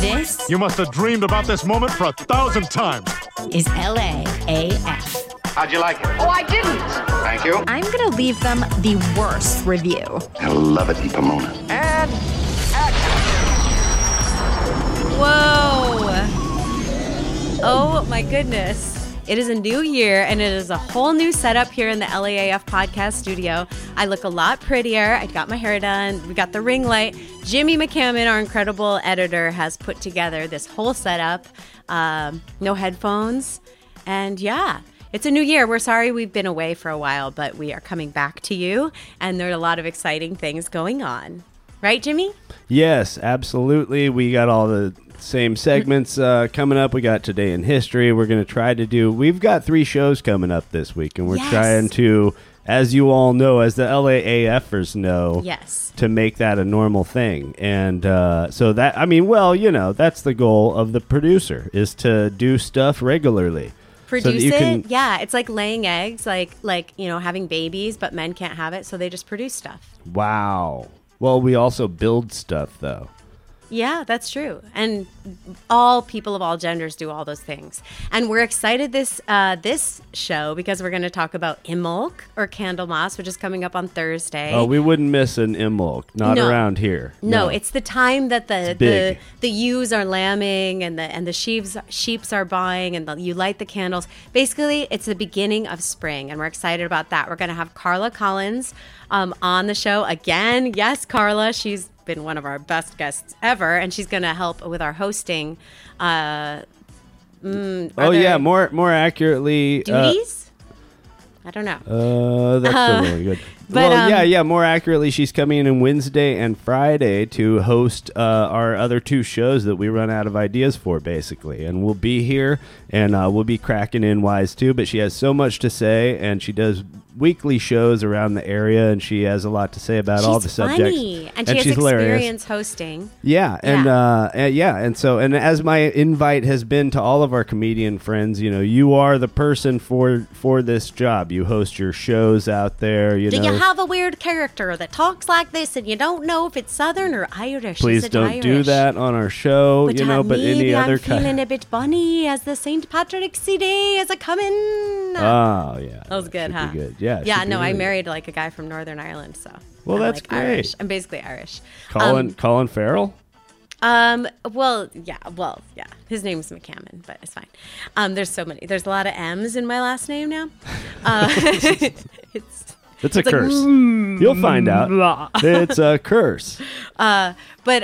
This You must have dreamed about this moment for a thousand times. is LAAF. How'd you like it? Oh, I didn't. Thank you. I'm gonna leave them the worst review. I love it in Pomona. Whoa! Oh my goodness. It is a new year and it is a whole new setup here in the LAAF podcast studio. I look a lot prettier. I got my hair done. We got the ring light. Jimmy McCammon, our incredible editor, has put together this whole setup. Um, no headphones. And yeah, it's a new year. We're sorry we've been away for a while, but we are coming back to you. And there are a lot of exciting things going on. Right, Jimmy? Yes, absolutely. We got all the same segments uh, coming up. We got today in history. We're going to try to do. We've got three shows coming up this week, and we're Yes. trying to, as you all know, as the LAAFers know, Yes. to make that a normal thing. And uh, so that, I mean, well, you know, that's the goal of the producer is to do stuff regularly. So that produce you it can- yeah it's like laying eggs like like you know having babies but men can't have it so they just produce stuff Wow. Well, we also build stuff though. yeah that's true and all people of all genders do all those things and we're excited this uh, this show because we're going to talk about imulk or candlemas which is coming up on thursday Oh, we wouldn't miss an Imulk. Not No. around here. no, it's the time that the the big. the ewes are lambing and the and the sheaves sheeps are buying and the, you light the candles. Basically, it's the beginning of spring, and we're excited about that. We're going to have Carla Collins um, on the show again. Yes, Carla, she's been one of our best guests ever, and she's going to help with our hosting. Uh, mm, are Oh there yeah, more more accurately. uh, duties. I don't know. Uh, that's still really good. but, well, um, yeah, yeah. More accurately, she's coming in on Wednesday and Friday to host uh, our other two shows that we run out of ideas for, basically. And we'll be here, and uh, we'll be cracking in wise too. But she has so much to say, and she does weekly shows around the area, and she has a lot to say about she's all the subjects. funny, and she has she's hilarious. experience hosting. Yeah, and Yeah. Uh, and- yeah, and so and as my invite has been to all of our comedian friends, you know, you are the person for for this job. You host your shows out there. You Do know, you have a weird character that talks like this and you don't know if it's Southern or Irish? Is please it don't do Irish? that on our show. But you uh, know, but maybe any I'm other feeling kind. a bit bunny as the St. Patrick's Day is a coming. Oh yeah, that was good, should be huh? Good, yeah. it Yeah. should be No, I really good. married like a guy from Northern Ireland, so. Well, I'm, that's like, Irish. great. I'm basically Irish. Colin Colin Farrell. Um. Well, yeah. Well, yeah. His name's McCammon, but it's fine. Um. There's so many. There's a lot of M's in my last name now. Uh, it's It's a like, mm, curse. You'll find out. it's a curse. But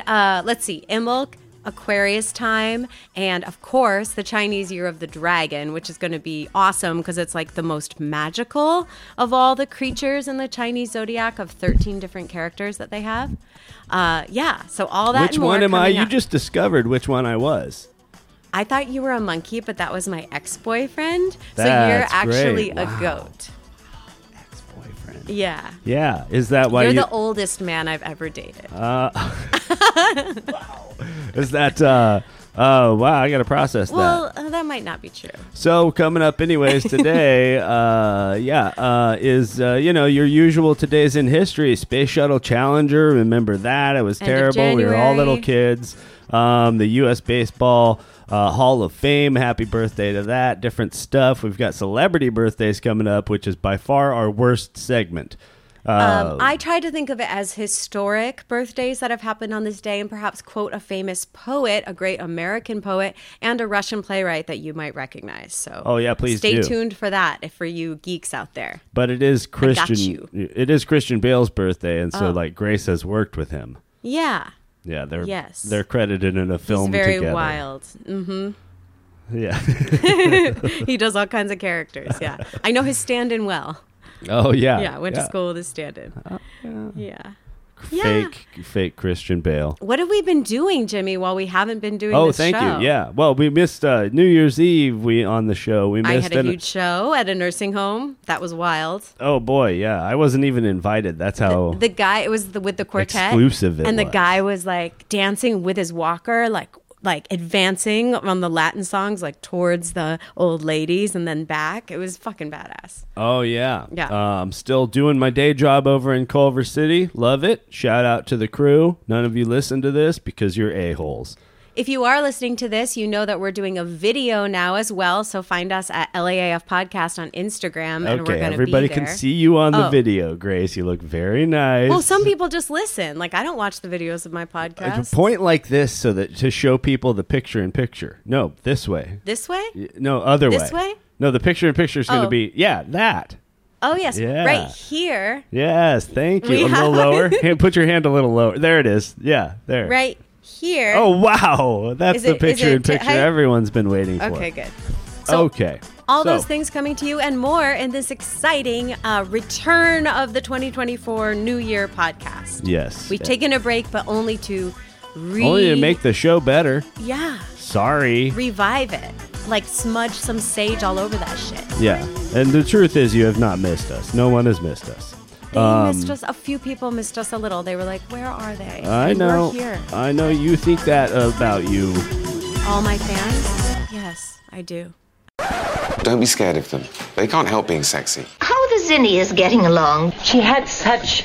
uh, let's see, Imulk, Aquarius time, and of course the Chinese Year of the Dragon, which is going to be awesome because it's like the most magical of all the creatures in the Chinese zodiac of 13 different characters that they have. Uh, yeah, so all that. which and more one am I? coming You up. just discovered which one I was. I thought you were a monkey, but that was my ex-boyfriend. so you're That's actually great. a Wow. goat. Ex-boyfriend. Yeah. Yeah. Is that why you're you? Uh, the oldest man I've ever dated. Is that uh oh wow, I gotta process that. well, uh, that might not be true. So coming up anyways today, uh yeah, uh is uh you know, your usual today's in history, Space Shuttle Challenger, remember that? It was End of terrible. We were all January. little kids. Um the US baseball uh, Hall of Fame, happy birthday to that. Different stuff. We've got celebrity birthdays coming up, which is by far our worst segment. Um, I try to think of it as historic birthdays that have happened on this day and perhaps quote a famous poet, a great American poet, and a Russian playwright that you might recognize. So Oh, yeah, please stay do. tuned for that if for you geeks out there. But it is Christian you. Oh. it is Christian Bale's birthday and so like Grace has worked with him. Yeah. Yeah, they're Yes. they're credited in a film He's very together. wild. hmm Yeah. he does all kinds of characters. Yeah, I know his stand-in well. oh yeah. Uh, Yeah, went to school with his stand-in. yeah. Yeah. Fake fake Christian Bale. What have we been doing, Jimmy? While we haven't been doing. Oh, this thank show? you. Yeah. Well, we missed uh, New Year's Eve. We on the show. We I missed. had a an- huge show at a nursing home. That was wild. oh boy, yeah. I wasn't even invited. That's how. The guy, it was the, with the quartet. Exclusive it And the was. guy was like dancing with his walker, like like advancing on the Latin songs, like towards the old ladies and then back. It was fucking badass. oh yeah. Yeah. Uh, I'm still doing my day job over in Culver City. Love it. Shout out to the crew. None of you listen to this because you're a holes. If you are listening to this, you know that we're doing a video now as well. So find us at LAAF Podcast on Instagram, and we're Okay, going to be everybody can there. see you on the Oh. video, Grace. You look very nice. Well, some people just listen. Like I don't watch the videos Uh, of my Like, podcast. point like this so that to show people the picture in picture. No, this way. This way? Y- No, other way. This way? No, the picture in picture is going to Oh. be yeah that. Oh yes, Yeah. right here, Yes, thank you. We a little have- lower. Hand- Put your hand a little lower. There it is. Yeah, there. right here. Oh wow, that's Is the it- is picture it in to- picture hey? everyone's been waiting for. Okay, good. okay. All So, those things coming to you and more in this exciting uh, return of the 2024 New Year podcast. Yes. We've taken a break, but only to re- Only to make the show better. yeah Sorry. revive it, like smudge some sage all over that shit. Yeah. And the truth is, you have not missed us. No one has missed us. They Um, missed us. A few people missed us a little. They were like, "Where are they?" I And know. We're here. I know you think that about you. All my fans. Yes, I do. Don't be scared of them. They can't help being sexy. How the Zinni is getting along. She had such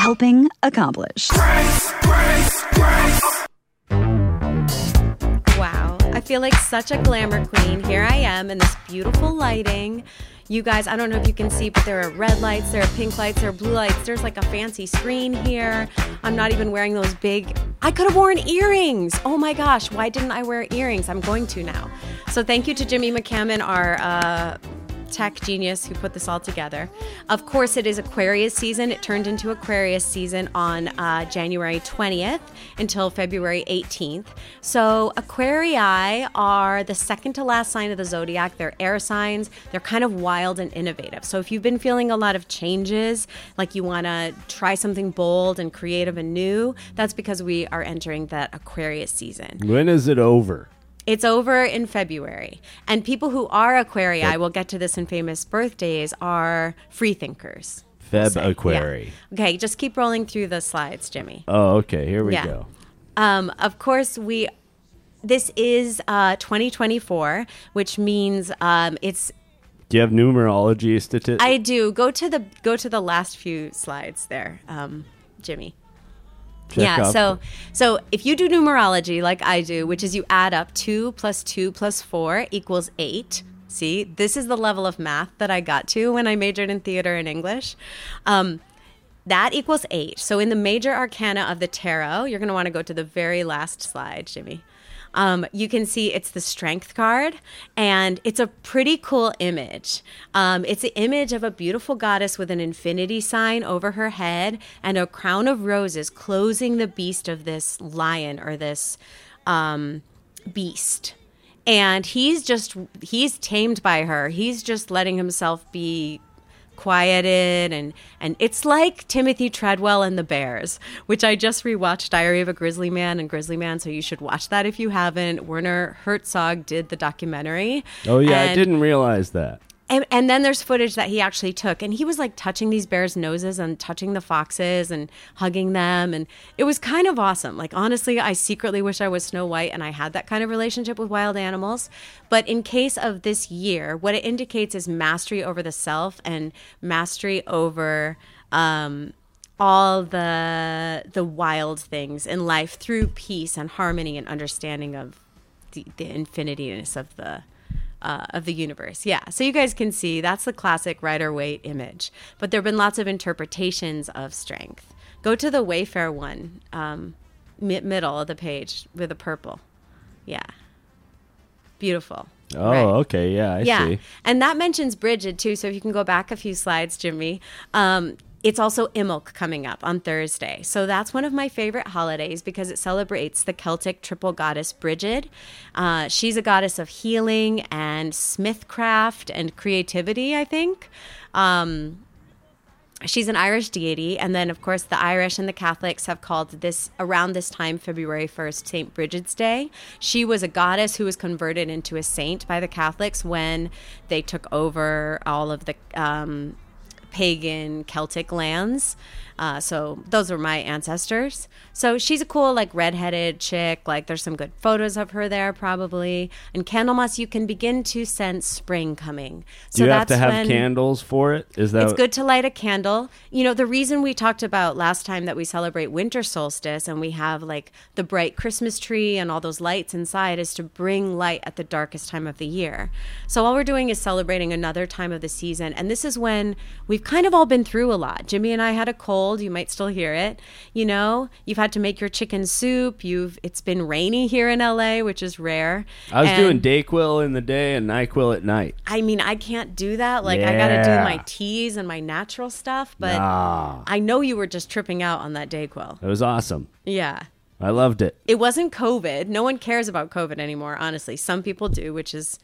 Helping accomplished. Wow. I feel like such a glamour queen. Here I am in this beautiful lighting. You guys, I don't know if you can see, but there are red lights, there are pink lights, there are blue lights. There's like a fancy screen here. I'm not even wearing those big. I could have worn earrings. Oh my gosh, why didn't I wear earrings? I'm going to now. So thank you to Jimmy McCammon, our uh, tech genius who put this all together. Of course, it is Aquarius season. It turned into Aquarius season on uh, January 20th until February 18th. So, Aquarii are the second to last sign of the zodiac. They're air signs, they're kind of wild and innovative. So, if you've been feeling a lot of changes, like you want to try something bold and creative and new, that's because we are entering that Aquarius season. When is it over? It's over in February. And people who are Aquarii, we'll get to this in famous birthdays, are free thinkers. Feb Say, yeah. Aquari. Okay, just keep rolling through the slides, Jimmy. Oh, okay. Here we Yeah. go. Um, of course, we. This is uh, 2024, which means um, it's. Do you have numerology statistics? I do go to the go to the last few slides there, um, Jimmy. yeah. So so if you do numerology like I do, which is you add up two plus two plus four equals eight. See, this is the level of math that I got to when I majored in theater and English. Um, that equals eight. So in the major arcana of the tarot, you're going to want to go to the very last slide, Jimmy. Um, you can see it's the strength card, and it's a pretty cool image. Um, it's the image of a beautiful goddess with an infinity sign over her head and a crown of roses closing the beast of this lion or this um, beast and he's just he's tamed by her he's just letting himself be quieted and and it's like timothy treadwell and the bears which i just rewatched diary of a grizzly man and grizzly man so you should watch that if you haven't werner herzog did the documentary Oh yeah, I And- didn't realize that. and, and then there's footage that he actually took, and he was like touching these bears' noses and touching the foxes and hugging them, and it was kind of awesome. Like honestly, I secretly wish I was Snow White and I had that kind of relationship with wild animals. But in case of this year, what it indicates is mastery over the self and mastery over um, all the the wild things in life through peace and harmony and understanding of the, the infinityness of the uh, of the universe. Yeah. So you guys can see that's the classic rider weight image. But there have been lots of interpretations of strength. Go to the Wayfair one, um, mi- middle of the page with the purple. Yeah. Beautiful. Oh, okay. Yeah, I yeah. see. And that mentions Bridget too. So if you can go back a few slides, Jimmy. Um, it's also Imulk coming up on Thursday. So that's one of my favorite holidays because it celebrates the Celtic triple goddess Brigid. Uh, she's a goddess of healing and smithcraft and creativity, I think. Um, she's an Irish deity, and then of course the Irish and the Catholics have called this around this time, February first, Saint Bridget's Day. She was a goddess who was converted into a saint by the Catholics when they took over all of the um, pagan Celtic lands. Uh, so those were my ancestors. So she's a cool, like, redheaded chick. Like, there's some good photos of her there, probably. And Candlemas, you can begin to sense spring coming. Do you have to have candles for it? Is that It's good to light a candle. You know, the reason we talked about last time that we celebrate winter solstice and we have like the bright Christmas tree and all those lights inside is to bring light at the darkest time of the year. So all we're doing is celebrating another time of the season. And this is when we've kind of all been through a lot. Jimmy and I had a cold, you might still hear it. You know, you've had to make your chicken soup. You've it's been rainy here in LA, which is rare. I was And- doing Dayquil in the day and Nyquil at night. I mean, I can't do that. Like, I gotta do Yeah. my teas and my natural stuff. But Nah. I know you were just tripping out on that Dayquil. Ah, It was awesome. Yeah. I loved it. It wasn't COVID. No one cares about COVID anymore, honestly. Some people do, which is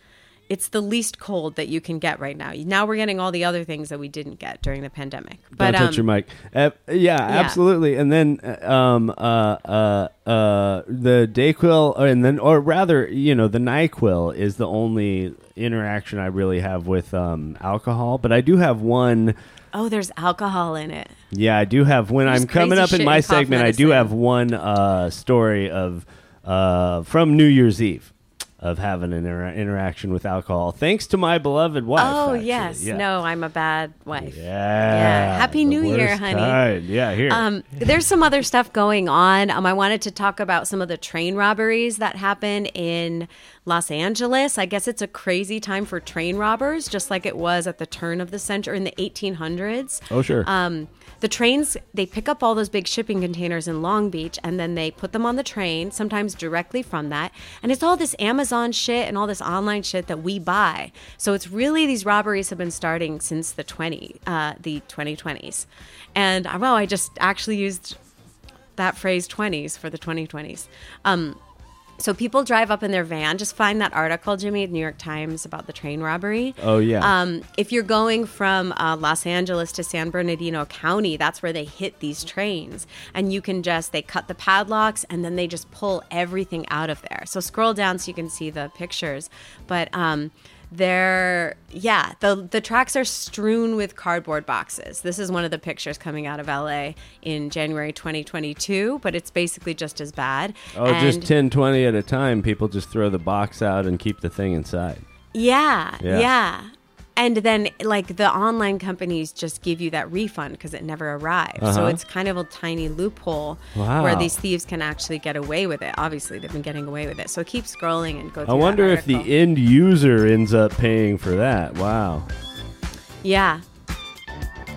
it's the least cold that you can get right now. Now we're getting all the other things that we didn't get during the pandemic. But Don't touch um, your mic. Uh, yeah, absolutely. And then uh, um, uh, uh, uh, the Dayquil, or- and then, or rather, you know, the Nyquil is the only interaction I really have with um, alcohol. But I do have one. oh, there's alcohol in it. Yeah, I do have. When There's I'm coming crazy up shit in my in cough segment, I do medicine. have one uh, story of uh, from New Year's Eve of having an inter- interaction with alcohol, thanks to my beloved wife. oh actually. yes. Yeah. No, I'm a bad wife. Yeah. Happy the New Year, worst honey. kind. Yeah, here. Um, there's some other stuff going on. Um, I wanted to talk about some of the train robberies that happen in Los Angeles. I guess it's a crazy time for train robbers, just like it was at the turn of the century in the 1800s. Oh, sure. Um, the trains they pick up all those big shipping containers in Long Beach and then they put them on the train, sometimes directly from that. And it's all this Amazon shit and all this online shit that we buy. So it's really these robberies have been starting since the 20 uh, the 2020s. And I wow, I just actually used that phrase 20s for the 2020s. Um, so people drive up in their van. Just find that article, Jimmy, at New York Times about the train robbery. Oh, yeah. Um, if you're going from uh, Los Angeles to San Bernardino County, that's where they hit these trains, and you can just they cut the padlocks and then they just pull everything out of there. So scroll down so you can see the pictures, but. Um, they're yeah the the tracks are strewn with cardboard boxes this is one of the pictures coming out of la in january 2022 but it's basically just as bad Oh, And- just 10, 20 at a time. People just throw the box out and keep the thing inside. Yeah, Yeah. yeah. And then, like, the online companies just give you that refund because it never arrives. So Uh-huh. it's kind of a tiny loophole Wow. where these thieves can actually get away with it. Obviously, they've been getting away with it. So keep scrolling and go through I that wonder if the article. end user ends up paying for that. Wow. Yeah.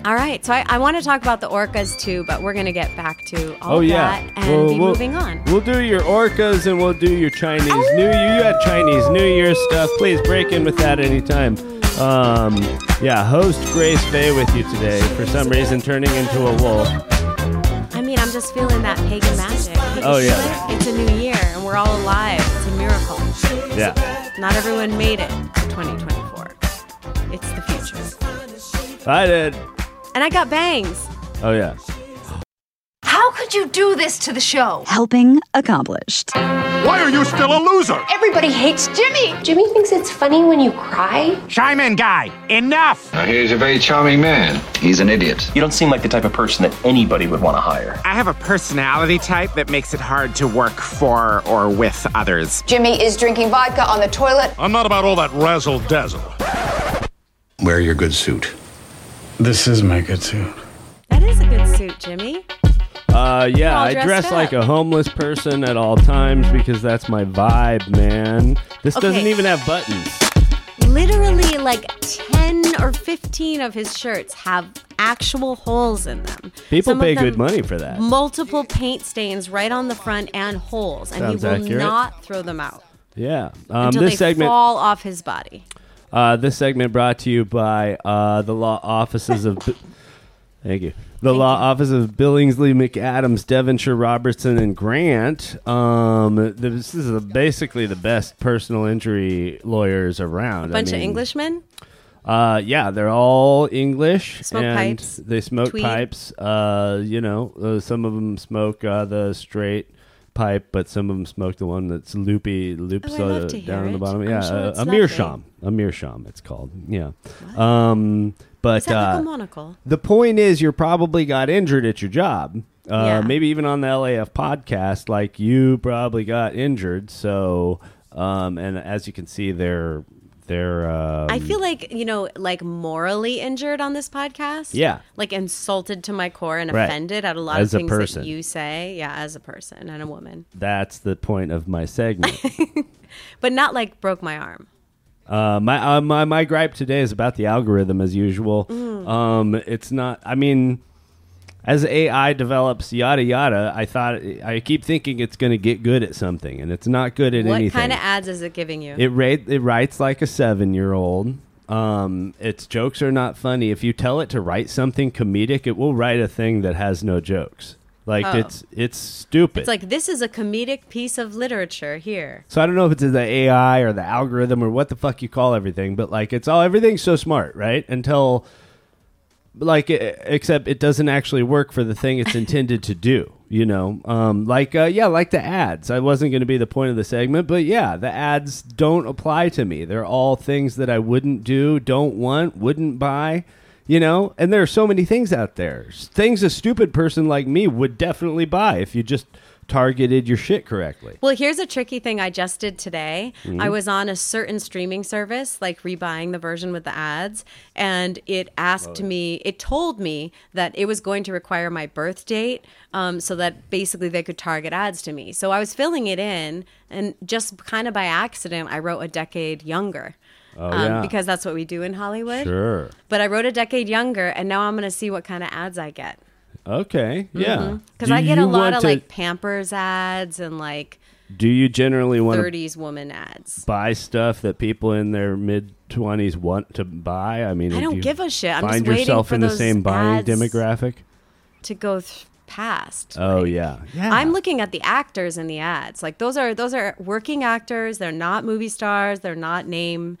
All right. So I, I want to talk about the orcas too, but we're going to get back to all oh, of yeah. that and Well, be we'll- moving on. We'll do your orcas and we'll do your Chinese New Year. You had Chinese New Year stuff. Please break in with that anytime. Um, yeah, host Grace Faye with you today. For some reason, turning into a wolf. I mean, I'm just feeling that pagan magic. Oh, yeah. It's a new year and we're all alive. It's a miracle. Yeah. Not everyone made it to 2024. It's the future. I did. And I got bangs. Oh, yeah. How could you do this to the show? Helping accomplished. Why are you still a loser? Everybody hates Jimmy. Jimmy thinks it's funny when you cry. Shyman guy, enough! he's a very charming man. He's an idiot. You don't seem like the type of person that anybody would want to hire. I have a personality type that makes it hard to work for or with others. Jimmy is drinking vodka on the toilet. I'm not about all that razzle dazzle. Wear your good suit. This is my good suit. That is a good suit, Jimmy? Uh, yeah, all I dressed dress up. like a homeless person at all times because that's my vibe, man. This Okay. doesn't even have buttons. Literally, like 10 or 15 of his shirts have actual holes in them. People Some of pay them- good money for that. Multiple paint stains right on the front and holes, and Sounds he will accurate. not throw them out Yeah. Um, until this they segment. fall off his body. Uh, this segment brought to you by uh, the law offices of. Thank you. The law office of Billingsley, McAdams, Devonshire, Robertson, and Grant. Um, this is the, basically the best personal injury lawyers around. A bunch I of mean, Englishmen. Uh, yeah, they're all English. Smoke and pipes, They smoke tweed. pipes. Uh, you know, uh, some of them smoke uh, the straight pipe, but some of them smoke the one that's loopy, loops Oh, I'd uh, love to hear down on the it. bottom. I'm yeah, sure uh, it's a lovely. meerschaum. A meerschaum, it's called. Yeah. Um, but Is that like a uh, monocle? the point is, you probably got injured at your job. Uh, Yeah. Maybe even on the LAF podcast, like you probably got injured. So, um, and as you can see, they're they're. Um, I feel like, you know, like morally injured on this podcast. Yeah. Like insulted to my core and Right. offended at a lot As a of things person. that you say. Yeah, as a person and a woman. That's the point of my segment. But not like broke my arm. uh, my, uh, my my gripe today is about the algorithm as usual. Mm. Um, it's not. I mean, as AI develops, yada yada. I thought I keep thinking it's going to get good at something, and it's not good at what anything. kind of ads is it giving you? It rate it writes like a seven year old. Um, its jokes are not funny. If you tell it to write something comedic, it will write a thing that has no jokes. Like Oh. it's it's stupid. It's like this is a comedic piece of literature here. So I don't know if it's the AI or the algorithm or what the fuck you call everything, but like it's all everything's so smart, right? Until like e- except it doesn't actually work for the thing it's intended to do, you know. Um like uh yeah, like the ads. I wasn't going to be the point of the segment, but yeah, the ads don't apply to me. They're all things that I wouldn't do, don't want, wouldn't buy. You know, and there are so many things out there. S- Things a stupid person like me would definitely buy if you just targeted your shit correctly. Well, here's a tricky thing I just did today. Mhm. I was on a certain streaming service, like rebuying the version with the ads, and it asked me, it told me that it was going to require my birth date um, so that basically they could target ads to me. So I was filling it in, and just kind of by accident, I wrote a decade younger. um, Oh, yeah. Because that's what we do in Hollywood. Sure. But I wrote a decade younger, and now I'm going to see what kind of ads I get. Okay. Yeah. Because Mm-hmm. Do I get a you lot want of to- like Pampers ads and like Do you generally want to 30s woman ads. buy stuff that people in their mid twenties want to buy? I mean, I if don't you give a shit. I'm find just waiting yourself for in the those same buying ads. demographic. to go th- past. Oh yeah. I'm looking at the actors in the ads. Like those are those are working actors. They're not movie stars. They're not name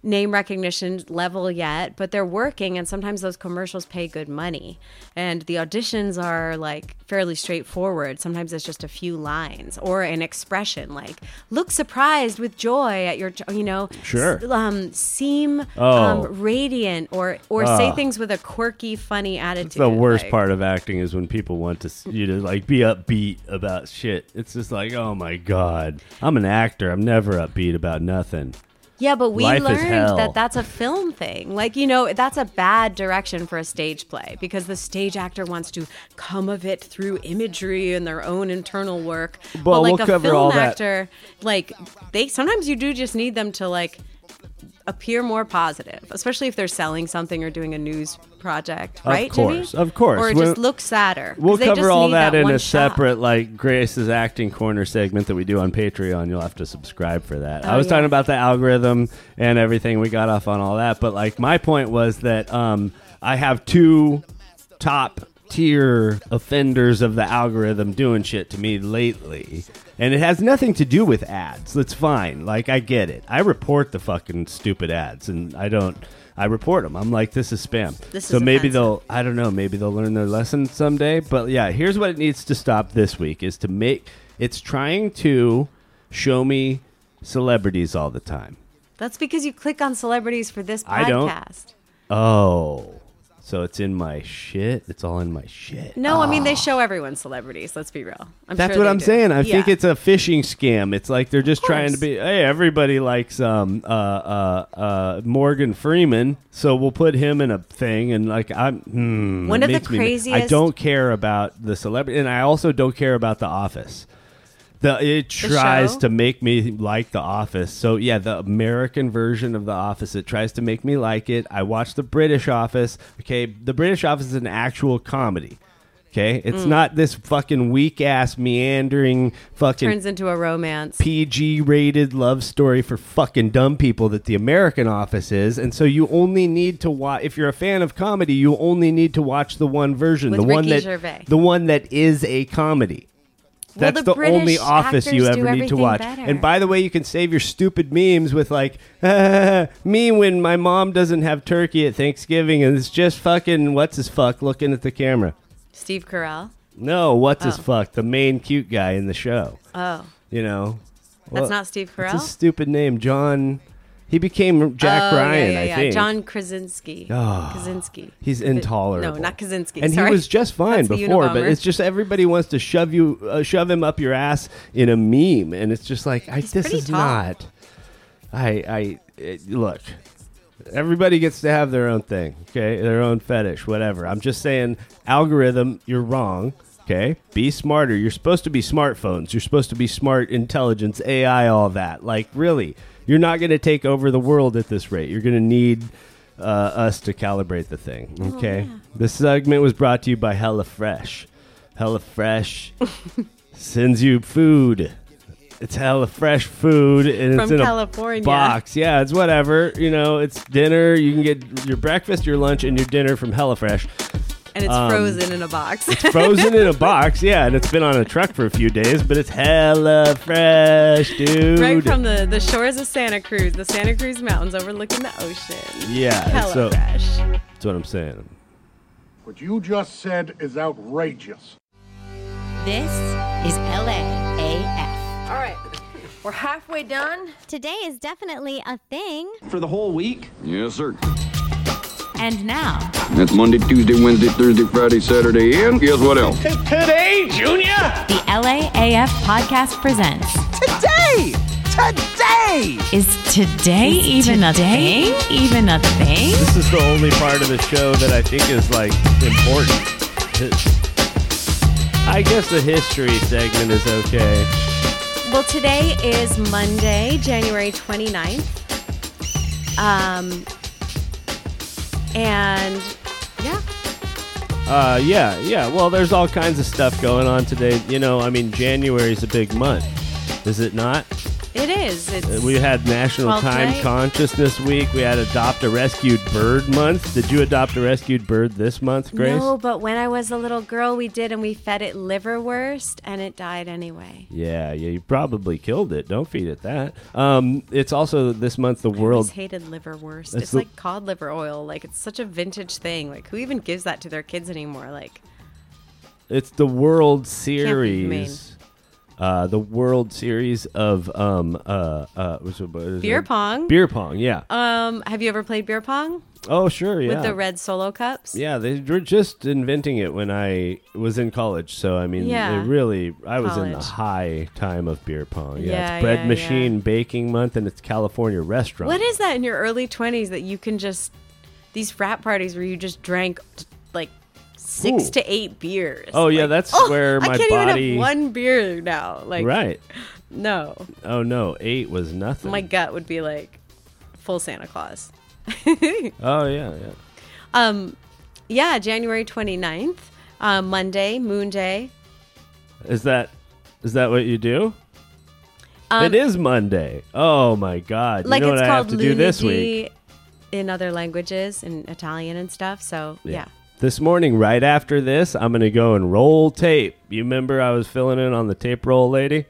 name recognition level yet, but they're working and sometimes those commercials pay good money. And the auditions are like fairly straightforward. Sometimes it's just a few lines or an expression like look surprised with joy at your you know Sure. s- um seem Oh. um, radiant or or say Ah. things with a quirky funny attitude. It's the worst like- part of acting is when people want to s- you to like be upbeat about shit. It's just like, oh my god, I'm an actor. I'm never upbeat about nothing. Yeah, but we Life is hell. learned that that's a film thing. Like, you know, that's a bad direction for a stage play because the stage actor wants to come of it through imagery and their own internal work. Well, but like we'll a cover film all that. actor, like they sometimes you do just need them to like appear more positive, especially if they're selling something or doing a news project, Of right? course, Jimmy? of course. Or We'll- just look sadder. 'cause We'll they cover just all need that, in one a shot. separate like Grace's acting corner segment that we do on Patreon. You'll have to subscribe for that. I Oh, was yeah. talking about the algorithm and everything. We got off on all that, but like my point was that um, I have two top tier offenders of the algorithm doing shit to me lately. And it has nothing to do with ads. That's fine. Like I get it. I report the fucking stupid ads and I don't I report them. I'm like this is spam. This so is maybe offensive. they'll I don't know, maybe they'll learn their lesson someday, but yeah, here's what it needs to stop this week is to make it's trying to show me celebrities all the time. That's because you click on celebrities for this podcast. I don't. Oh. So it's in my shit. It's all in my shit. No, I mean they show everyone celebrities. Let's be real. I'm Ah. That's sure what they I'm do. saying. I Yeah. think it's a phishing scam. It's like they're just trying to be. Hey, everybody likes um uh uh uh Morgan Freeman, so we'll put him in a thing. And like I'm hmm, One of it the makes me- I craziest- don't care about the celebrity, and I also don't care about The Office. The it tries show? to make me like The Office. So yeah, the American version of The Office. It tries to make me like it. I watch the British Office. Okay, the British Office is an actual comedy. Okay, it's Mm. not this fucking weak ass meandering fucking turns into a romance. PG rated love story for fucking dumb people that the American Office is, and so you only need to watch. If you're a fan of comedy, you only need to watch the one version, With the one Ricky that Gervais. the one that is a comedy. Well, That's the the, British only office actors you do ever need to everything watch. better. And by the way, you can save your stupid memes with like me when my mom doesn't have turkey at Thanksgiving, and it's just fucking what's his fuck looking at the camera. Steve Carell. No, what's his Oh. fuck? The main cute guy in the show. Oh. You know? That's not Steve Carell? what's his stupid name, John. He became Jack Oh, yeah, Ryan, yeah, I yeah. think. John Krasinski. Ah, Krasinski. He's But- intolerable. No, not Krasinski. And sorry. he was just fine That's the before, but Unabomber. it's just everybody wants to shove you, uh, shove him up your ass in a meme, and it's just like I, this pretty is tall. not. I, I it, look. Everybody gets to have their own thing, okay? Their own fetish, whatever. I'm just saying, algorithm, you're wrong, okay? Be smarter. You're supposed to be smartphones. You're supposed to be smart intelligence, AI, all that. Like, really, you're not going to take over the world at this rate. You're going to need uh, us to calibrate the thing, Oh, okay? This segment was brought to you by HelloFresh. HelloFresh sends you food. It's HelloFresh food, and From it's in California. a box box. Yeah, it's whatever. You know, it's dinner. You can get your breakfast, your lunch, and your dinner from HelloFresh. and it's Um, frozen in a box. It's Frozen in a box, yeah, and it's been on a truck for a few days, but it's hella fresh, dude. Right from the, the shores of Santa Cruz, the Santa Cruz Mountains overlooking the ocean. yeah, and Hella so fresh. that's what I'm saying. What you just said is outrageous. This is LAAF. All right, we're halfway done. Today is definitely a thing. For the whole week? Yes, sir. And now, That's Monday, Tuesday, Wednesday, Thursday, Friday, Saturday, and guess what else? today, Junior, the LAAF podcast presents. Today, today is today even a thing? Even a thing? This is the only part of the show that I think is like important. I guess the history segment is okay. Well, today is Monday, January 29th. Um, and yeah, Uh, yeah, yeah. Well, there's all kinds of stuff going on today. You know, I mean, January's a big month, is it not? it is. It's, Uh, We had National 12th Time night. Consciousness Week. We had Adopt a Rescued Bird Month. Did you adopt a rescued bird this month, Grace? No, but when I was a little girl, we did, and we fed it liverwurst, and it died anyway. Yeah, yeah, you probably killed it. Don't feed it that. Um, it's also this month the I world. always hated liverwurst. That's it's the- like cod liver oil. Like it's such a vintage thing. Like who even gives that to their kids anymore? Like It's the humane. World Series. Uh, the World Series of um uh uh what's it- what is Beer it? pong? Beer pong, yeah. Um, have you ever played beer pong Oh sure, yeah. with the red solo cups? Yeah, they were just inventing it when I was in college. So I mean, Yeah. they really I was in the College. high time of beer pong. Yeah, Yeah, it's bread yeah, yeah. machine baking month, and it's California restaurant. What is that in your early 20s that you can just these frat parties where you just drank t- like six Ooh. to eight beers? Oh yeah, that's Oh, where my I can't even body. have one beer now. Like right. No, Oh no, eight was nothing. Oh my gut would be like full Santa Claus. oh yeah, yeah. Um, yeah, January 29th, uh, Monday, Moon Day. Is that is that what you do? Um, it is Monday. Oh my god! like you know it's what I called have to do this week? Lunedì in other languages, in Italian and stuff. So yeah. This morning, right after this, I'm going to go and roll tape. You remember I was filling in on the tape roll lady?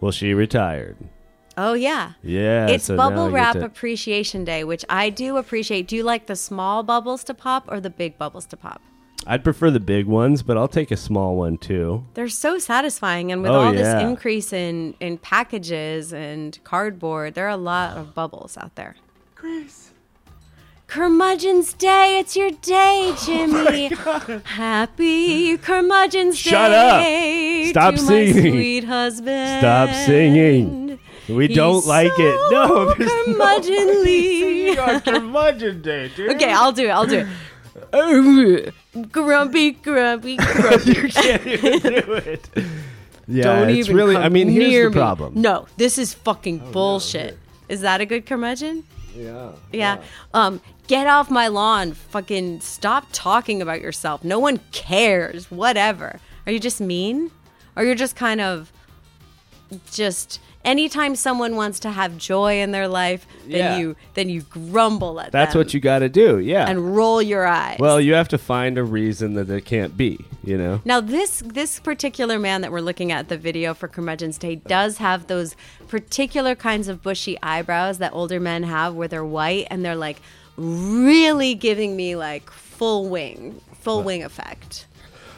Well, she retired. Oh yeah. Yeah. it's so now I Bubble get Wrap to- Appreciation Day, which I do appreciate. Do you like the small bubbles to pop or the big bubbles to pop? I'd prefer the big ones, but I'll take a small one too. They're so satisfying, and with Oh, all yeah. this increase in in packages and cardboard, there are a lot of bubbles out there. Chris. Curmudgeon's Day. It's your day, Jimmy. Happy Curmudgeon's Shut up. Day. Stop to My singing. sweet husband. Stop singing. We He's don't like it. No, there's no- Curmudgeonly. curmudgeon day, dude. Okay, I'll do it. I'll do it. grumpy, grumpy, grumpy. you can't even do it. yeah, Don't it's even really. come I mean, here's near the me. problem. No, this is fucking bullshit. is that a good curmudgeon? Oh, Yeah. Yeah. Um, get off my lawn. Fucking stop talking about yourself. No one cares. Whatever. Are you just mean? Or you're just kind of just anytime someone wants to have joy in their life, then Yeah. you then you grumble at That's them what you got to do. Yeah. and roll your eyes. well, you have to find a reason that it can't be. You know. Now this this particular man that we're looking at the video for Curmudgeon's Day does have those particular kinds of bushy eyebrows that older men have where they're white and they're like really giving me like full wing, full wing effect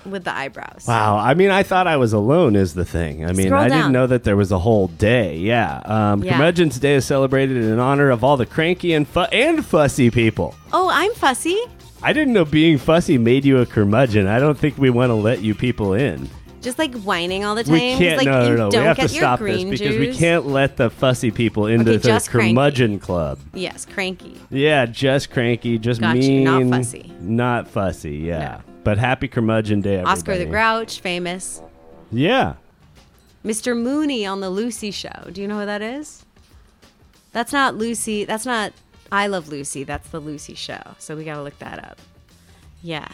with the eyebrows. Wow. I mean, I thought I was alone is the thing. I mean, Scroll I down. didn't know that there was a whole day. Yeah. Um, Yeah. Curmudgeon's Day is celebrated in honor of all the cranky and fu- and fussy people. Oh, I'm fussy. I didn't know being fussy made you a curmudgeon. I don't think we want to let you people in. Just like whining all the time. We can't. like, no, you no, no. We Don't have get to stop your this green because we juice. can't let the fussy people into Okay, the just cranky. curmudgeon club. Yes, cranky. Yeah, just cranky, just Got you, mean, not fussy. not fussy. Yeah, but happy curmudgeon day, everybody. Oscar the Grouch, famous. Yeah, Mr. Mooney on the Lucy show. Do you know who that is? That's not Lucy. That's not I Love Lucy. That's the Lucy show. So we got to look that up. Yeah.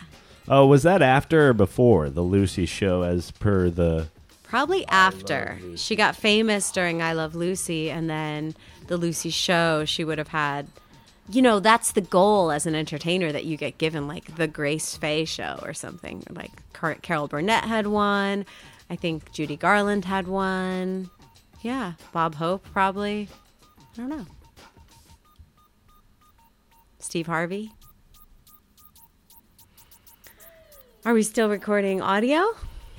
Oh, was that after or before the Lucy show as per the Probably after she got famous during I Love Lucy and then the Lucy show, she would have had, you know, that's the goal as an entertainer that you get given, like the Grace Faye show or something. Like Car- Carol Burnett had one. I think Judy Garland had one. Yeah. Bob Hope, probably. I don't know. Steve Harvey. Are we still recording audio?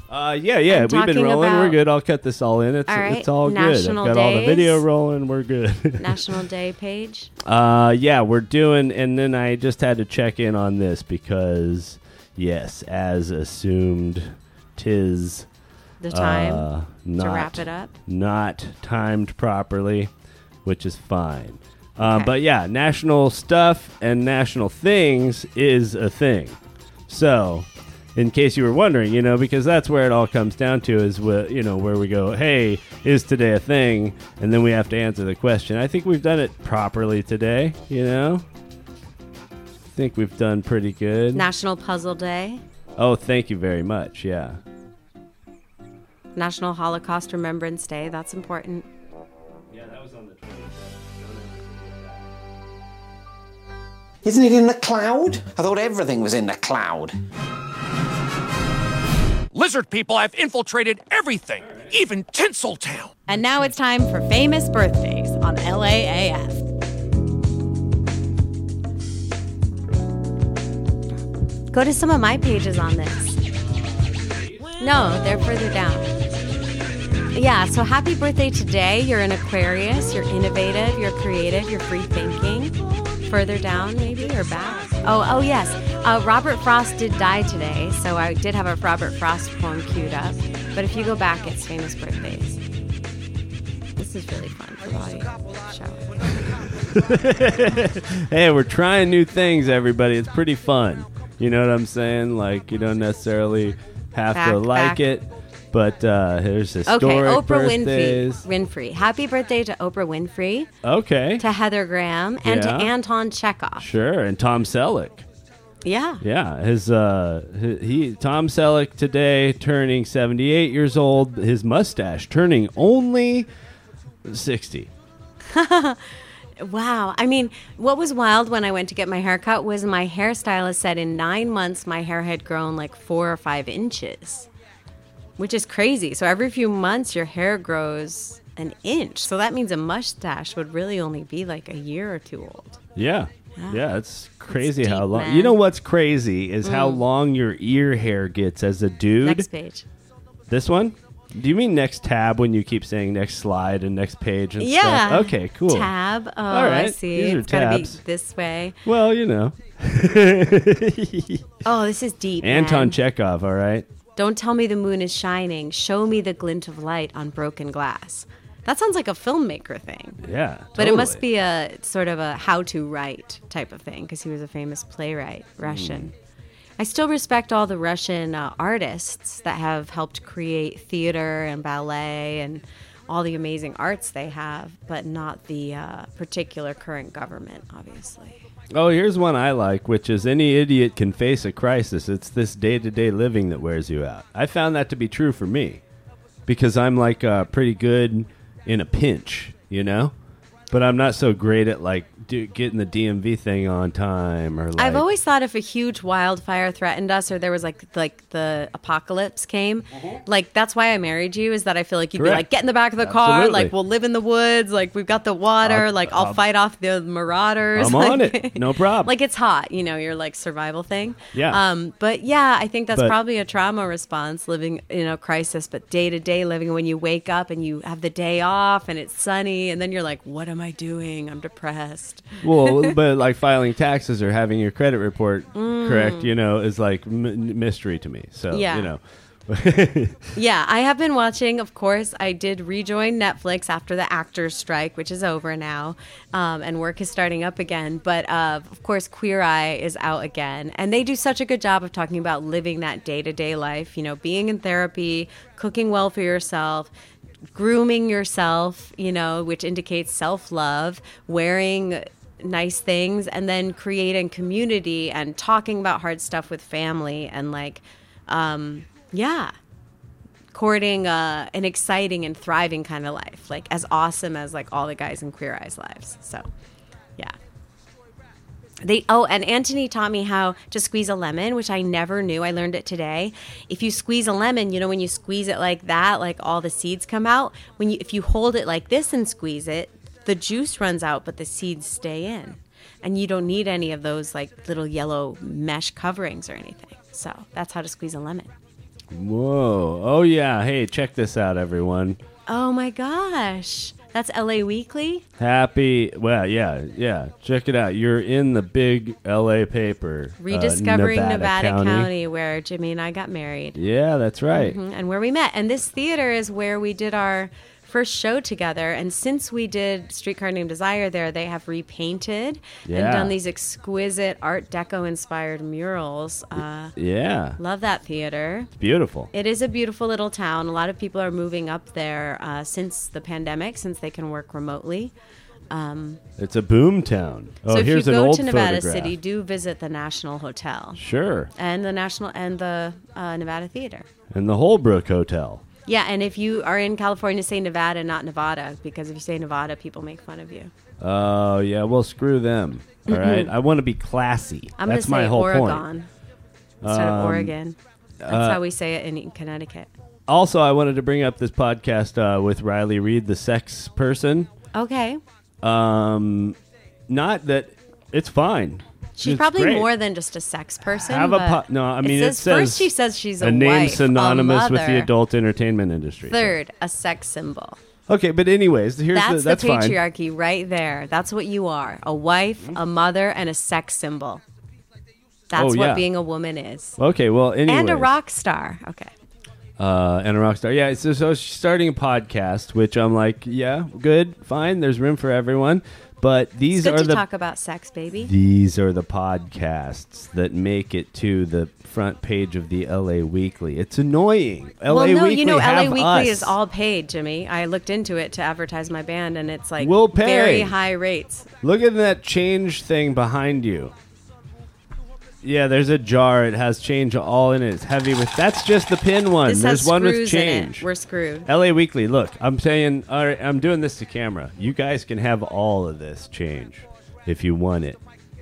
Uh, yeah, yeah, I'm we've been talking rolling. about- We're good. I'll cut this all in. It's All right, it's all national good. I've got all the days. video rolling. We're good. National Day page. uh, yeah, we're doing. And then I just had to check in on this because yes, as assumed, tis The time uh, to wrap not- it up? Not timed properly, which is fine. Uh, But yeah, national stuff and national things is a thing. So, in case you were wondering, you know, because that's where it all comes down to is what you know where we go. Hey, is today a thing? And then we have to answer the question. I think we've done it properly today. You know, I think we've done pretty good. National Puzzle Day, oh, thank you very much. Yeah. National Holocaust Remembrance Day. That's important. Yeah, that was on the. Isn't it in the cloud? I thought everything was in the cloud. Lizard people have infiltrated everything, even Tinseltown. And now it's time for famous birthdays on LAAF. Go to some of my pages on this. No, they're further down. Yeah, so happy birthday today. You're an Aquarius, you're innovative, you're creative, you're free thinking. Further down, maybe, or back. Oh, oh, yes. Uh, Robert Frost did die today, so I did have a Robert Frost poem queued up. But if you go back, it's famous birthdays. This is really fun for the audience. hey, we're trying new things, everybody. It's pretty fun. You know what I'm saying? Like, you don't necessarily have Back, to like back. it, but uh, here's historic Okay, Oprah birthdays. Winfrey. Winfrey. Happy birthday to Oprah Winfrey, Okay, to Heather Graham, and to Yeah. Anton Chekhov. sure. And Tom Selleck. Yeah. Yeah, his uh, he- he Tom Selleck today turning 78 years old. His mustache turning only 60. wow. I mean, what was wild when I went to get my hair cut was my hairstylist said in nine months my hair had grown like four or five inches, which is crazy. So every few months your hair grows an inch. So that means a mustache would really only be like a year or two old. Yeah. Yeah, it's crazy how long. man. You know what's crazy is how Mm. long your ear hair gets as a dude. Next page. This one? Do you mean next tab when you keep saying next slide and next page and yeah. stuff? Okay, cool. Tab. Oh, All right. I see. These are it's gotta be tabs. this way. Well, you know. Oh, this is deep. Anton man. Chekhov, all right? Don't tell me the moon is shining. Show me the glint of light on broken glass. That sounds like a filmmaker thing. Yeah. But it totally. must be a sort of a how to write type of thing because he was a famous playwright, Russian. Hmm. I still respect all the Russian uh, artists that have helped create theater and ballet and all the amazing arts they have, but not the uh, particular current government, obviously. Oh, here's one I like, which is any idiot can face a crisis. It's this day to day living that wears you out. I found that to be true for me because I'm like uh, pretty good in a pinch, you know? But I'm not so great at like do, getting the DMV thing on time or like. I've always thought if a huge wildfire threatened us or there was like like the apocalypse came, like that's why I married you is that I feel like you'd be Mm-hmm. Correct. like get in the back of the car, Absolutely. like we'll live in the woods, like we've got the water, I'll- like I'll, I'll- fight off the marauders. I'm like, on it. No problem. Like it's hot, you know, your like survival thing. Yeah. Um, but yeah, I think that's But- probably a trauma response, living in a crisis, but day to day living when you wake up and you have the day off and it's sunny and then you're like, what am I doing? I'm depressed. well, but like filing taxes or having your credit report Mm. correct, you know, is like m- mystery to me. So, Yeah. you know. Yeah, I have been watching. Of course, I did rejoin Netflix after the actors' strike, which is over now, um, and work is starting up again. But uh, of course, Queer Eye is out again, and they do such a good job of talking about living that day to day life. You know, being in therapy, cooking well for yourself. Grooming yourself, you know, which indicates self love, wearing nice things, and then creating community and talking about hard stuff with family and like, um, yeah, courting uh, an exciting and thriving kind of life, like as awesome as like all the guys in Queer Eye's lives. So, yeah. They oh, and Anthony taught me how to squeeze a lemon, which I never knew. I learned it today. If you squeeze a lemon, you know when you squeeze it like that, like all the seeds come out. When you if you hold it like this and squeeze it, the juice runs out, but the seeds stay in, and you don't need any of those like little yellow mesh coverings or anything. So that's how to squeeze a lemon. Whoa. Oh, yeah. Hey, check this out, everyone. Oh my gosh. That's LA Weekly? Uh, Happy. Well, yeah, yeah. Check it out. You're in the big LA paper. uh, Rediscovering Nevada, County. where Jimmy and I got married. Yeah, that's right. Mhm, and where we met. And this theater is where we did our first show together. And since we did Streetcar Named Desire there, they have repainted and Yeah. done these exquisite Art Deco inspired murals. Uh, yeah. Love that theater. It's beautiful. It is a beautiful little town. A lot of people are moving up there uh, since the pandemic, since they can work remotely. Um, It's a boom town. Oh, so if here's you an go old to Nevada photograph. City, do visit the National Hotel. Sure. And the National and the uh, Nevada Theater. And the Holbrook Hotel. Yeah, and if you are in California, say Nevada, not Nevada, because if you say Nevada, people make fun of you. Oh, yeah. Well, screw them. All right. I want to be classy. I'm that's gonna my say whole Oregon point. instead of Um, Oregon. That's uh, how we say it in Connecticut. Also, I wanted to bring up this podcast uh, with Riley Reed, the sex person. Okay, Um, not that it's fine. she's It's probably great. more than just a sex person. Have a but po- no. I mean, it it says, says, first she says she's a, name wife, synonymous a with the mother. adult entertainment industry. Third, a sex symbol. Okay, but anyways, here's that's the, that's the fine. patriarchy right there. That's what you are a wife, a mother, and a sex symbol. That's Oh, what yeah. being a woman is. Okay, well, anyways, And a rock star. Okay. uh, and a rock star. Yeah, so, so she's starting a podcast, which I'm like, yeah, good, fine. There's room for everyone, but it's these good are to the talk about sex, baby. These are the podcasts that make it to the front page of the LA Weekly. It's annoying. LA well, no, Weekly, you know, LA have Weekly us. is all paid, Jimmy. I looked into it to advertise my band, and it's like We'll pay. very high rates. Look at that change thing behind you. Yeah, there's a jar. It has change all in it. It's heavy with. That's just the pin one. This there's has one with screws in change. it. We're screwed. LA Weekly. Look, I'm saying, all right, I'm doing this to camera. You guys can have all of this change if you want it.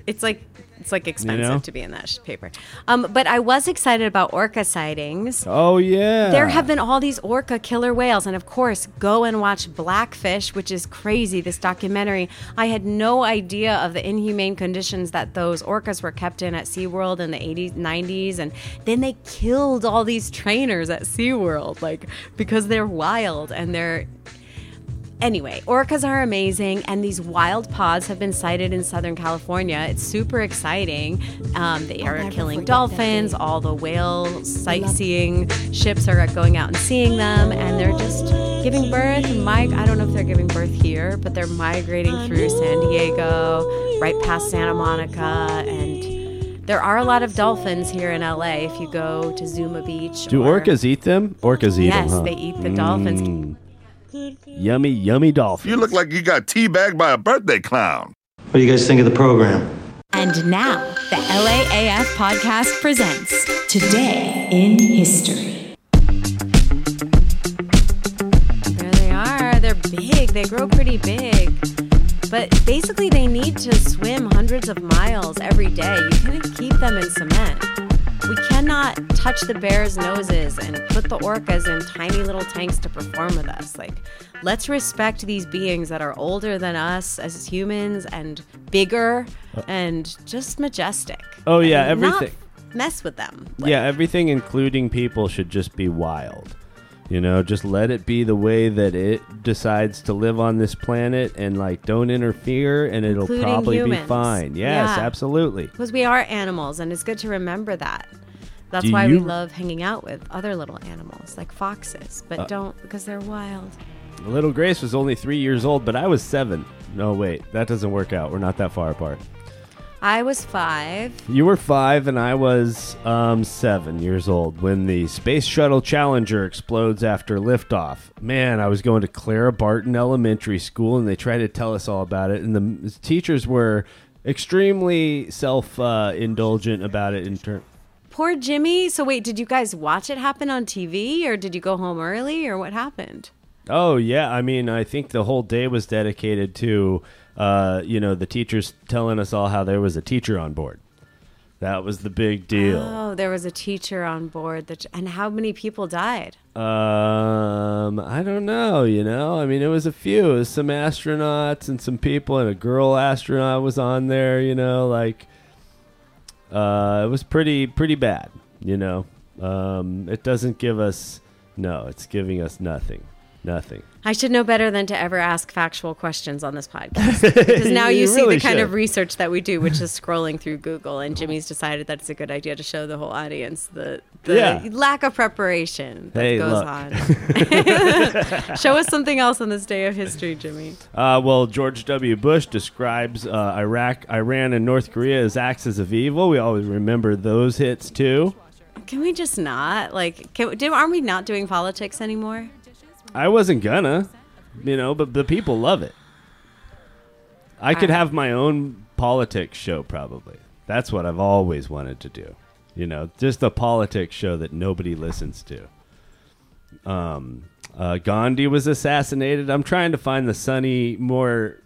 It's like it's like expensive know? to be in that sh- paper. Um, but I was excited about orca sightings. Oh yeah. There have been all these orca killer whales, and of course, go and watch Blackfish, which is crazy. This documentary. I had no idea of the inhumane conditions that those orcas were kept in at SeaWorld in the 80s, 90s, and then they killed all these trainers at SeaWorld, like because they're wild and they're Anyway, orcas are amazing, and these wild pods have been sighted in Southern California. It's super exciting. Um, they are killing dolphins, all the whale sightseeing ships are going out and seeing them, and they're just giving birth. Mig- I don't know if they're giving birth here, but they're migrating through San Diego, right past Santa Monica, and there are a lot of dolphins here in LA if you go to Zuma Beach. Do orcas eat them? Orcas eat them. Yes, huh? they eat the dolphins. Mm. Yummy, yummy dolphins. You look like you got teabagged by a birthday clown. What do you guys think of the program? And now, the LAAF podcast presents Today in History. There they are. They're big. They grow pretty big. But basically, they need to swim hundreds of miles every day. You can't keep them in cement. We cannot touch the bears' noses and put the orcas in tiny little tanks to perform with us. Like, let's respect these beings that are older than us as humans and bigger and just majestic. Uh. Oh, yeah, And not everything. mess with them. yeah, everything, including people, should just be wild. You know, just let it be the way that it decides to live on this planet, and like, don't interfere, and it'll Including probably be humans. fine. Yes, Yeah. absolutely. Because we are animals, and it's good to remember that. That's Do why we you- love hanging out with other little animals like foxes, but Uh, don't because they're wild. Little Grace was only three years old, but I was seven. No, wait, that doesn't work out. We're not that far apart. I was five. You were five, and I was um, seven years old when the Space Shuttle Challenger explodes after liftoff. Man, I was going to Clara Barton Elementary School, and they tried to tell us all about it, and the m- teachers were extremely self uh, indulgent about it. In turn, Poor Jimmy. So, wait, did you guys watch it happen on TV or did you go home early or what happened? oh yeah, I mean, I think the whole day was dedicated to uh, you know the teachers telling us all how there was a teacher on board. That was the big deal. Oh, there was a teacher on board. That, and how many people died? Um, I don't know. You know, I mean, it was a few. It was some astronauts and some people, and a girl astronaut was on there. You know, like, uh, it was pretty pretty bad. You know, um, it doesn't give us no. It's giving us nothing, nothing. I should know better than to ever ask factual questions on this podcast. Because now you, You see really the kind should. of research that we do, which is scrolling through Google, and Jimmy's decided that it's a good idea to show the whole audience the, the Yeah. lack of preparation that Hey, goes look. on. show us something else on this day of history, Jimmy. Uh, well, George W. Bush describes uh, Iraq, Iran, and North Korea as axes of evil. We always remember those hits too. Can we just not? Like, can, do, aren't we not doing politics anymore? I wasn't gonna, you know, but the people love it. I could I- have my own politics show probably. That's what I've always wanted to do. You know, just a politics show that nobody listens to. Um, uh, Gandhi was assassinated. I'm trying to find the sunny, more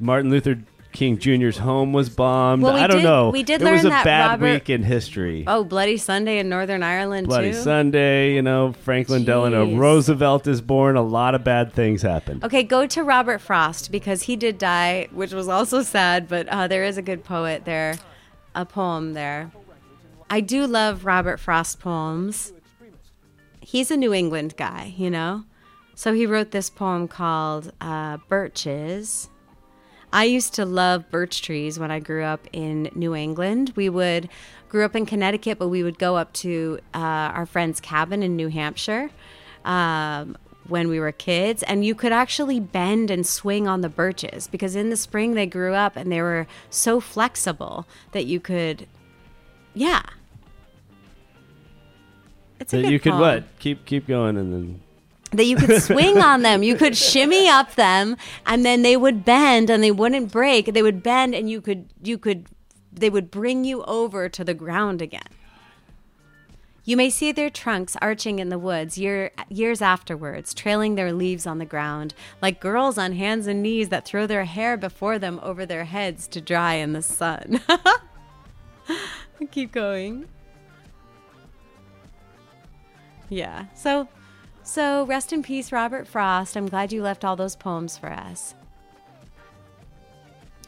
Martin Luther King Jr.'s home was bombed. Well, we I don't did- know. we did it was learn a that bad Robert- week in history. Oh, Bloody Sunday in Northern Ireland, Bloody too? Sunday, you know, Franklin Delano Jeez. Roosevelt is born. A lot of bad things happened. Okay, go to Robert Frost because he did die, which was also sad, but uh, there is a good poet there, a poem there. I do love Robert Frost poems. He's a New England guy, you know? So he wrote this poem called uh, Birches. I used to love birch trees when I grew up in New England. We would grew up in Connecticut, but we would go up to uh, our friend's cabin in New Hampshire um, when we were kids, and you could actually bend and swing on the birches because in the spring they grew up and they were so flexible that you could, yeah. It's a That good you could poem. what? Keep keep going and then that you could swing on them. You could shimmy up them, and then they would bend, and they wouldn't break. They would bend, and you could you could they would bring you over to the ground again. You may see their trunks arching in the woods year, years afterwards, trailing their leaves on the ground, like girls on hands and knees that throw their hair before them over their heads to dry in the sun. Keep going. Yeah. So, so rest in peace, Robert Frost. I'm glad you left all those poems for us.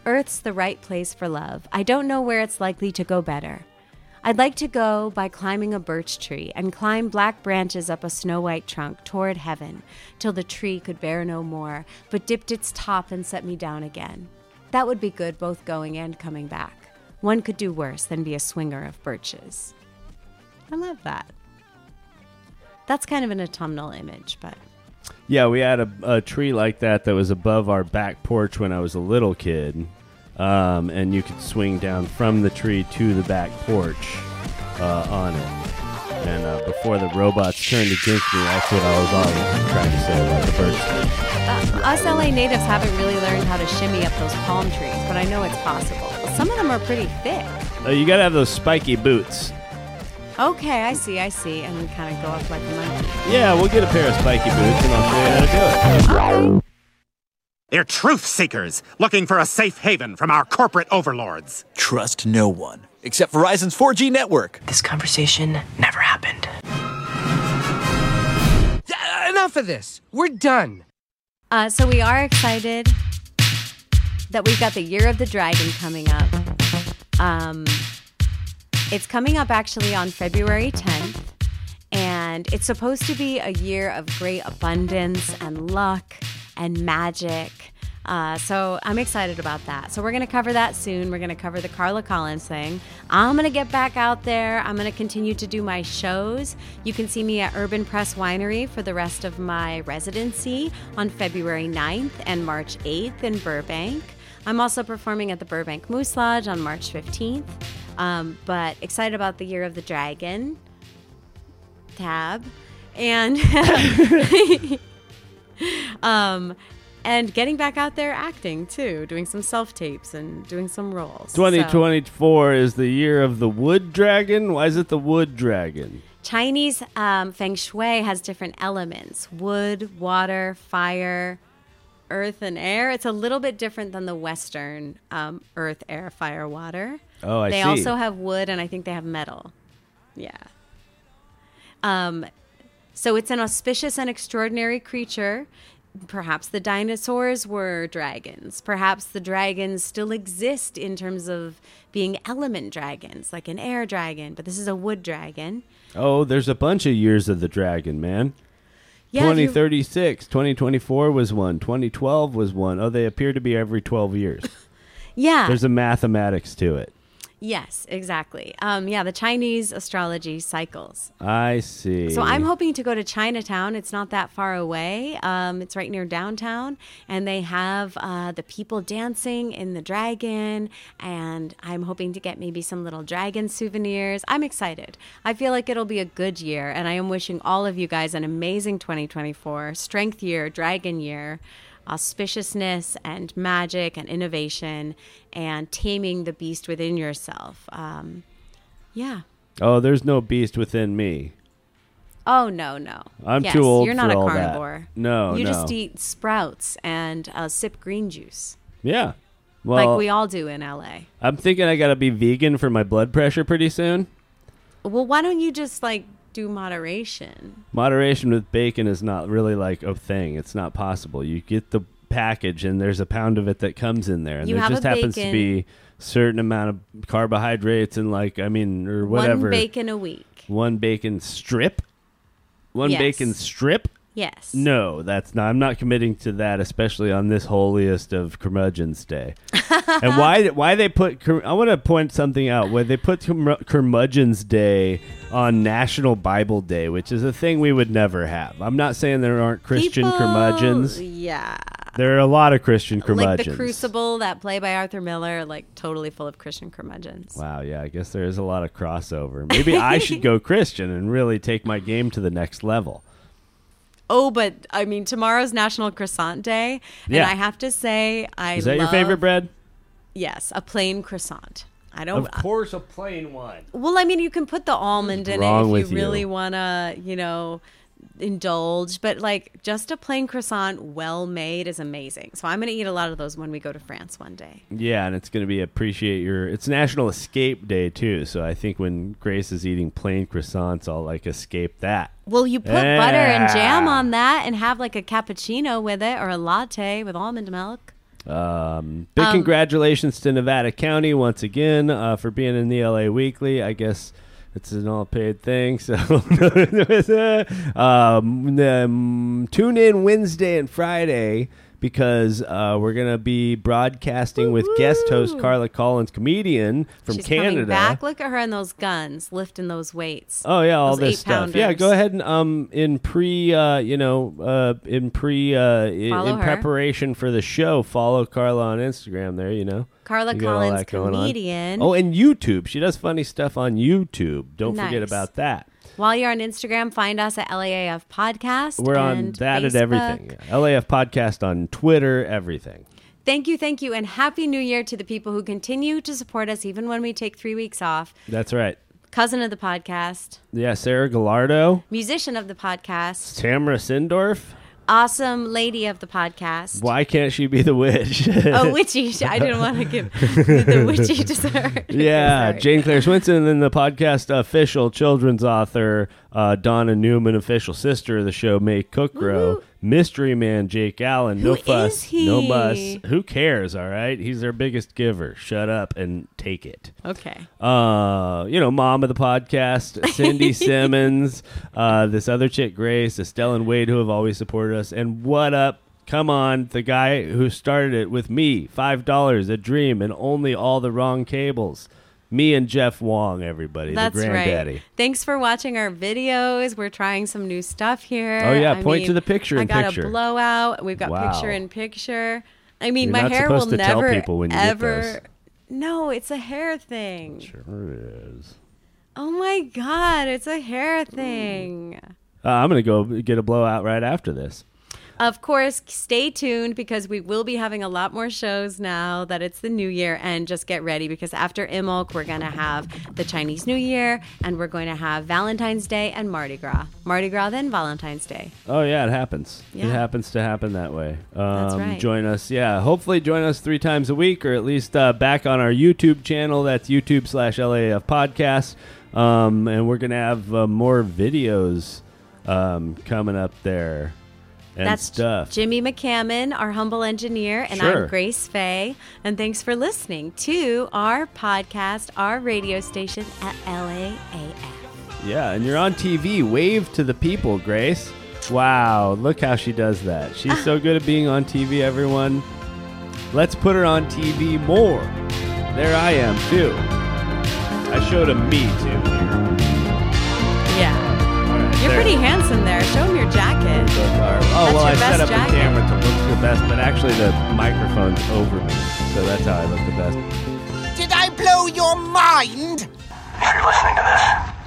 Earth's the right place for love. I don't know where it's likely to go better. I'd like to go by climbing a birch tree and climb black branches up a snow white trunk toward heaven till the tree could bear no more, but dipped its top and set me down again. That would be good both going and coming back. One could do worse than be a swinger of birches. I love that. That's kind of an autumnal image, but Yeah, we had a, a tree like that that was above our back porch when I was a little kid, um, and you could swing down from the tree to the back porch uh, on it. And uh, before the robots turned against me, that's what I was always trying to say about the birds. Uh, us LA natives haven't really learned how to shimmy up those palm trees, but I know it's possible. Some of them are pretty thick. Uh, you gotta have those spiky boots. Okay, I see, I see. And we kind of go up like a monkey. Yeah, we'll get a pair of spiky boots, and I'll show you how to do it. They're truth seekers looking for a safe haven from our corporate overlords. Trust no one except Verizon's 4G network. This conversation never happened. Enough of this. We're done. Uh, so we are excited that we've got the Year of the Dragon coming up. Um, it's coming up actually on February 10th, and it's supposed to be a year of great abundance and luck and magic. Uh, so I'm excited about that. So we're going to cover that soon. We're going to cover the Carla Collins thing. I'm going to get back out there. I'm going to continue to do my shows. You can see me at Urban Press Winery for the rest of my residency on February 9th and March 8th in Burbank. I'm also performing at the Burbank Moose Lodge on March 15th. Um, but excited about the Year of the Dragon tab. And um, and getting back out there acting too, doing some self tapes and doing some roles. So, 2024 is the year of the wood dragon. Why is it the wood dragon? Chinese um, feng shui has different elements: wood, water, fire, earth, and air. It's a little bit different than the Western um, earth, air, fire, water. Oh, I they see. also have wood, and I think they have metal. Yeah. Um, so it's an auspicious and extraordinary creature. Perhaps the dinosaurs were dragons. Perhaps the dragons still exist in terms of being element dragons, like an air dragon, but this is a wood dragon. Oh, there's a bunch of years of the dragon, man. Yeah, if you- 2036, 2024 was one, 2012 was one. Oh, they appear to be every 12 years. Yeah. There's a mathematics to it. yes, exactly. Um, yeah, the Chinese astrology cycles. I see. So I'm hoping to go to Chinatown. It's not that far away. Um, it's right near downtown, and they have uh, the people dancing in the dragon. And I'm hoping to get maybe some little dragon souvenirs. I'm excited. I feel like it'll be a good year, and I am wishing all of you guys an amazing 2024 strength year, dragon year. Auspiciousness and magic and innovation and taming the beast within yourself. Um, yeah. Oh, there's no beast within me. Oh no, no. I'm Yes, too old You're not for a all that. carnivore. No, you no. just eat sprouts and uh, sip green juice, Yeah. Well, like we all do in LA. I'm thinking I got to be vegan for my blood pressure pretty soon. Well, why don't you just like do moderation? Moderation with bacon is not really like a thing. It's not possible. You get the package and there's a pound of it that comes in there and You there have a just happens to bacon- be certain amount of carbohydrates and like I mean or whatever. One bacon a week. One bacon strip? One Yes. bacon strip? Yes. No, that's not. I'm not committing to that, especially on this holiest of curmudgeons day. and why? Why they put? cur- I want to point something out. Why they put curmu- curmudgeons day on National Bible Day, which is a thing we would never have. I'm not saying there aren't Christian People- curmudgeons. Yeah. There are a lot of Christian curmudgeons. Like the Crucible, that play by Arthur Miller, like totally full of Christian curmudgeons. Wow, yeah, I guess there is a lot of crossover. Maybe I should go Christian and really take my game to the next level. Oh, but I mean, tomorrow's National Croissant Day, and Yeah. I have to say, I Is that your love- favorite bread? Yes, a plain croissant. I don't. Of course, a plain one. Well, I mean, you can put the almond in wrong it if with you you? really want to, you know, indulge. But like, just a plain croissant, well made, is amazing. So I'm going to eat a lot of those when we go to France one day. Yeah, and it's going to be appreciate your. It's National Escape Day too, so I think when Grace is eating plain croissants, I'll like escape that. Well, you put butter and jam Yeah. on that, and have like a cappuccino with it or a latte with almond milk. Um, big Um, congratulations to Nevada County once again uh, for being in the LA Weekly. I guess it's an all paid thing. So um, um, tune in Wednesday and Friday because uh, we're going to be broadcasting with guest host Carla Collins, comedian from She's Canada. coming back. Look at her and those guns lifting those weights. Oh yeah, all Those this eight stuff. Yeah, pounders. go ahead and um in pre uh you know uh in pre uh i- Follow in her. preparation for the show, follow Carla on Instagram there, you know. Carla You got all Collins, that going on. comedian. Oh, and YouTube. She does funny stuff on YouTube. Don't forget Nice. about that. While you're on Instagram, find us at LAAF Podcast. We're on and that Facebook. and everything. Yeah. LAF podcast on Twitter, everything. Thank you, thank you, and happy new year to the people who continue to support us even when we take three weeks off. That's right. Cousin of the podcast, Yeah, Sarah Gallardo, musician of the podcast, Tamara Sindorf. awesome lady of the podcast. Why can't she be the witch? Oh, witchy! I didn't want to give the witchy dessert. Yeah, Jane Claire Swinson, and then the podcast official children's author uh, Donna Newman, official sister of the show May Cookrow, mystery man Jake Allen. no Who fuss, is he? no muss. Who cares? All right, he's their biggest giver. Shut up and take it. Okay. Uh, you know, mom of the podcast, Cindy Simmons, uh, this other chick Grace, Estelle and Wade, who have always supported us, and what up? Come on, the guy who started it with me, five dollars, a dream, and only all the wrong cables. Me and Jeff Wong, everybody, That's the granddaddy. right. Thanks for watching our videos. We're trying some new stuff here. Oh, yeah, I point to mean, the picture I in got picture. a blowout. We've got Wow. picture in picture. I mean, You're my not hair will supposed to tell never people when you get ever. those. No, it's a hair thing. Sure is. Oh my god, it's a hair thing. Uh, I'm gonna go get a blowout right after this. Of course, stay tuned because we will be having a lot more shows now that it's the new year. And just get ready because after Imulk, we're going to have the Chinese New Year and we're going to have Valentine's Day and Mardi Gras. Mardi Gras, then Valentine's Day. Oh yeah, it happens. It Yeah. happens to happen that way. Um, right. Join us, yeah. Hopefully, join us three times a week, or at least uh, back on our YouTube channel. That's YouTube slash LAF Podcast, um, and we're gonna have uh, more videos um, coming up there and That's stuff. Jimmy McCammon, our humble engineer, and Sure. I'm Grace Faye. And thanks for listening to our podcast, our radio station at LAAF. yeah, and you're on TV. Wave to the people, Grace. Wow, look how she does that. She's so good at being on TV. Everyone, let's put her on TV more. There I am too. I showed a me too. Yeah. You're there. pretty handsome there. Show him your jacket. Oh, That's well, your I set best up jacket. the camera to look the best, but actually the microphone's over me, so that's how I look the best. Did I blow your mind? If you're listening to this,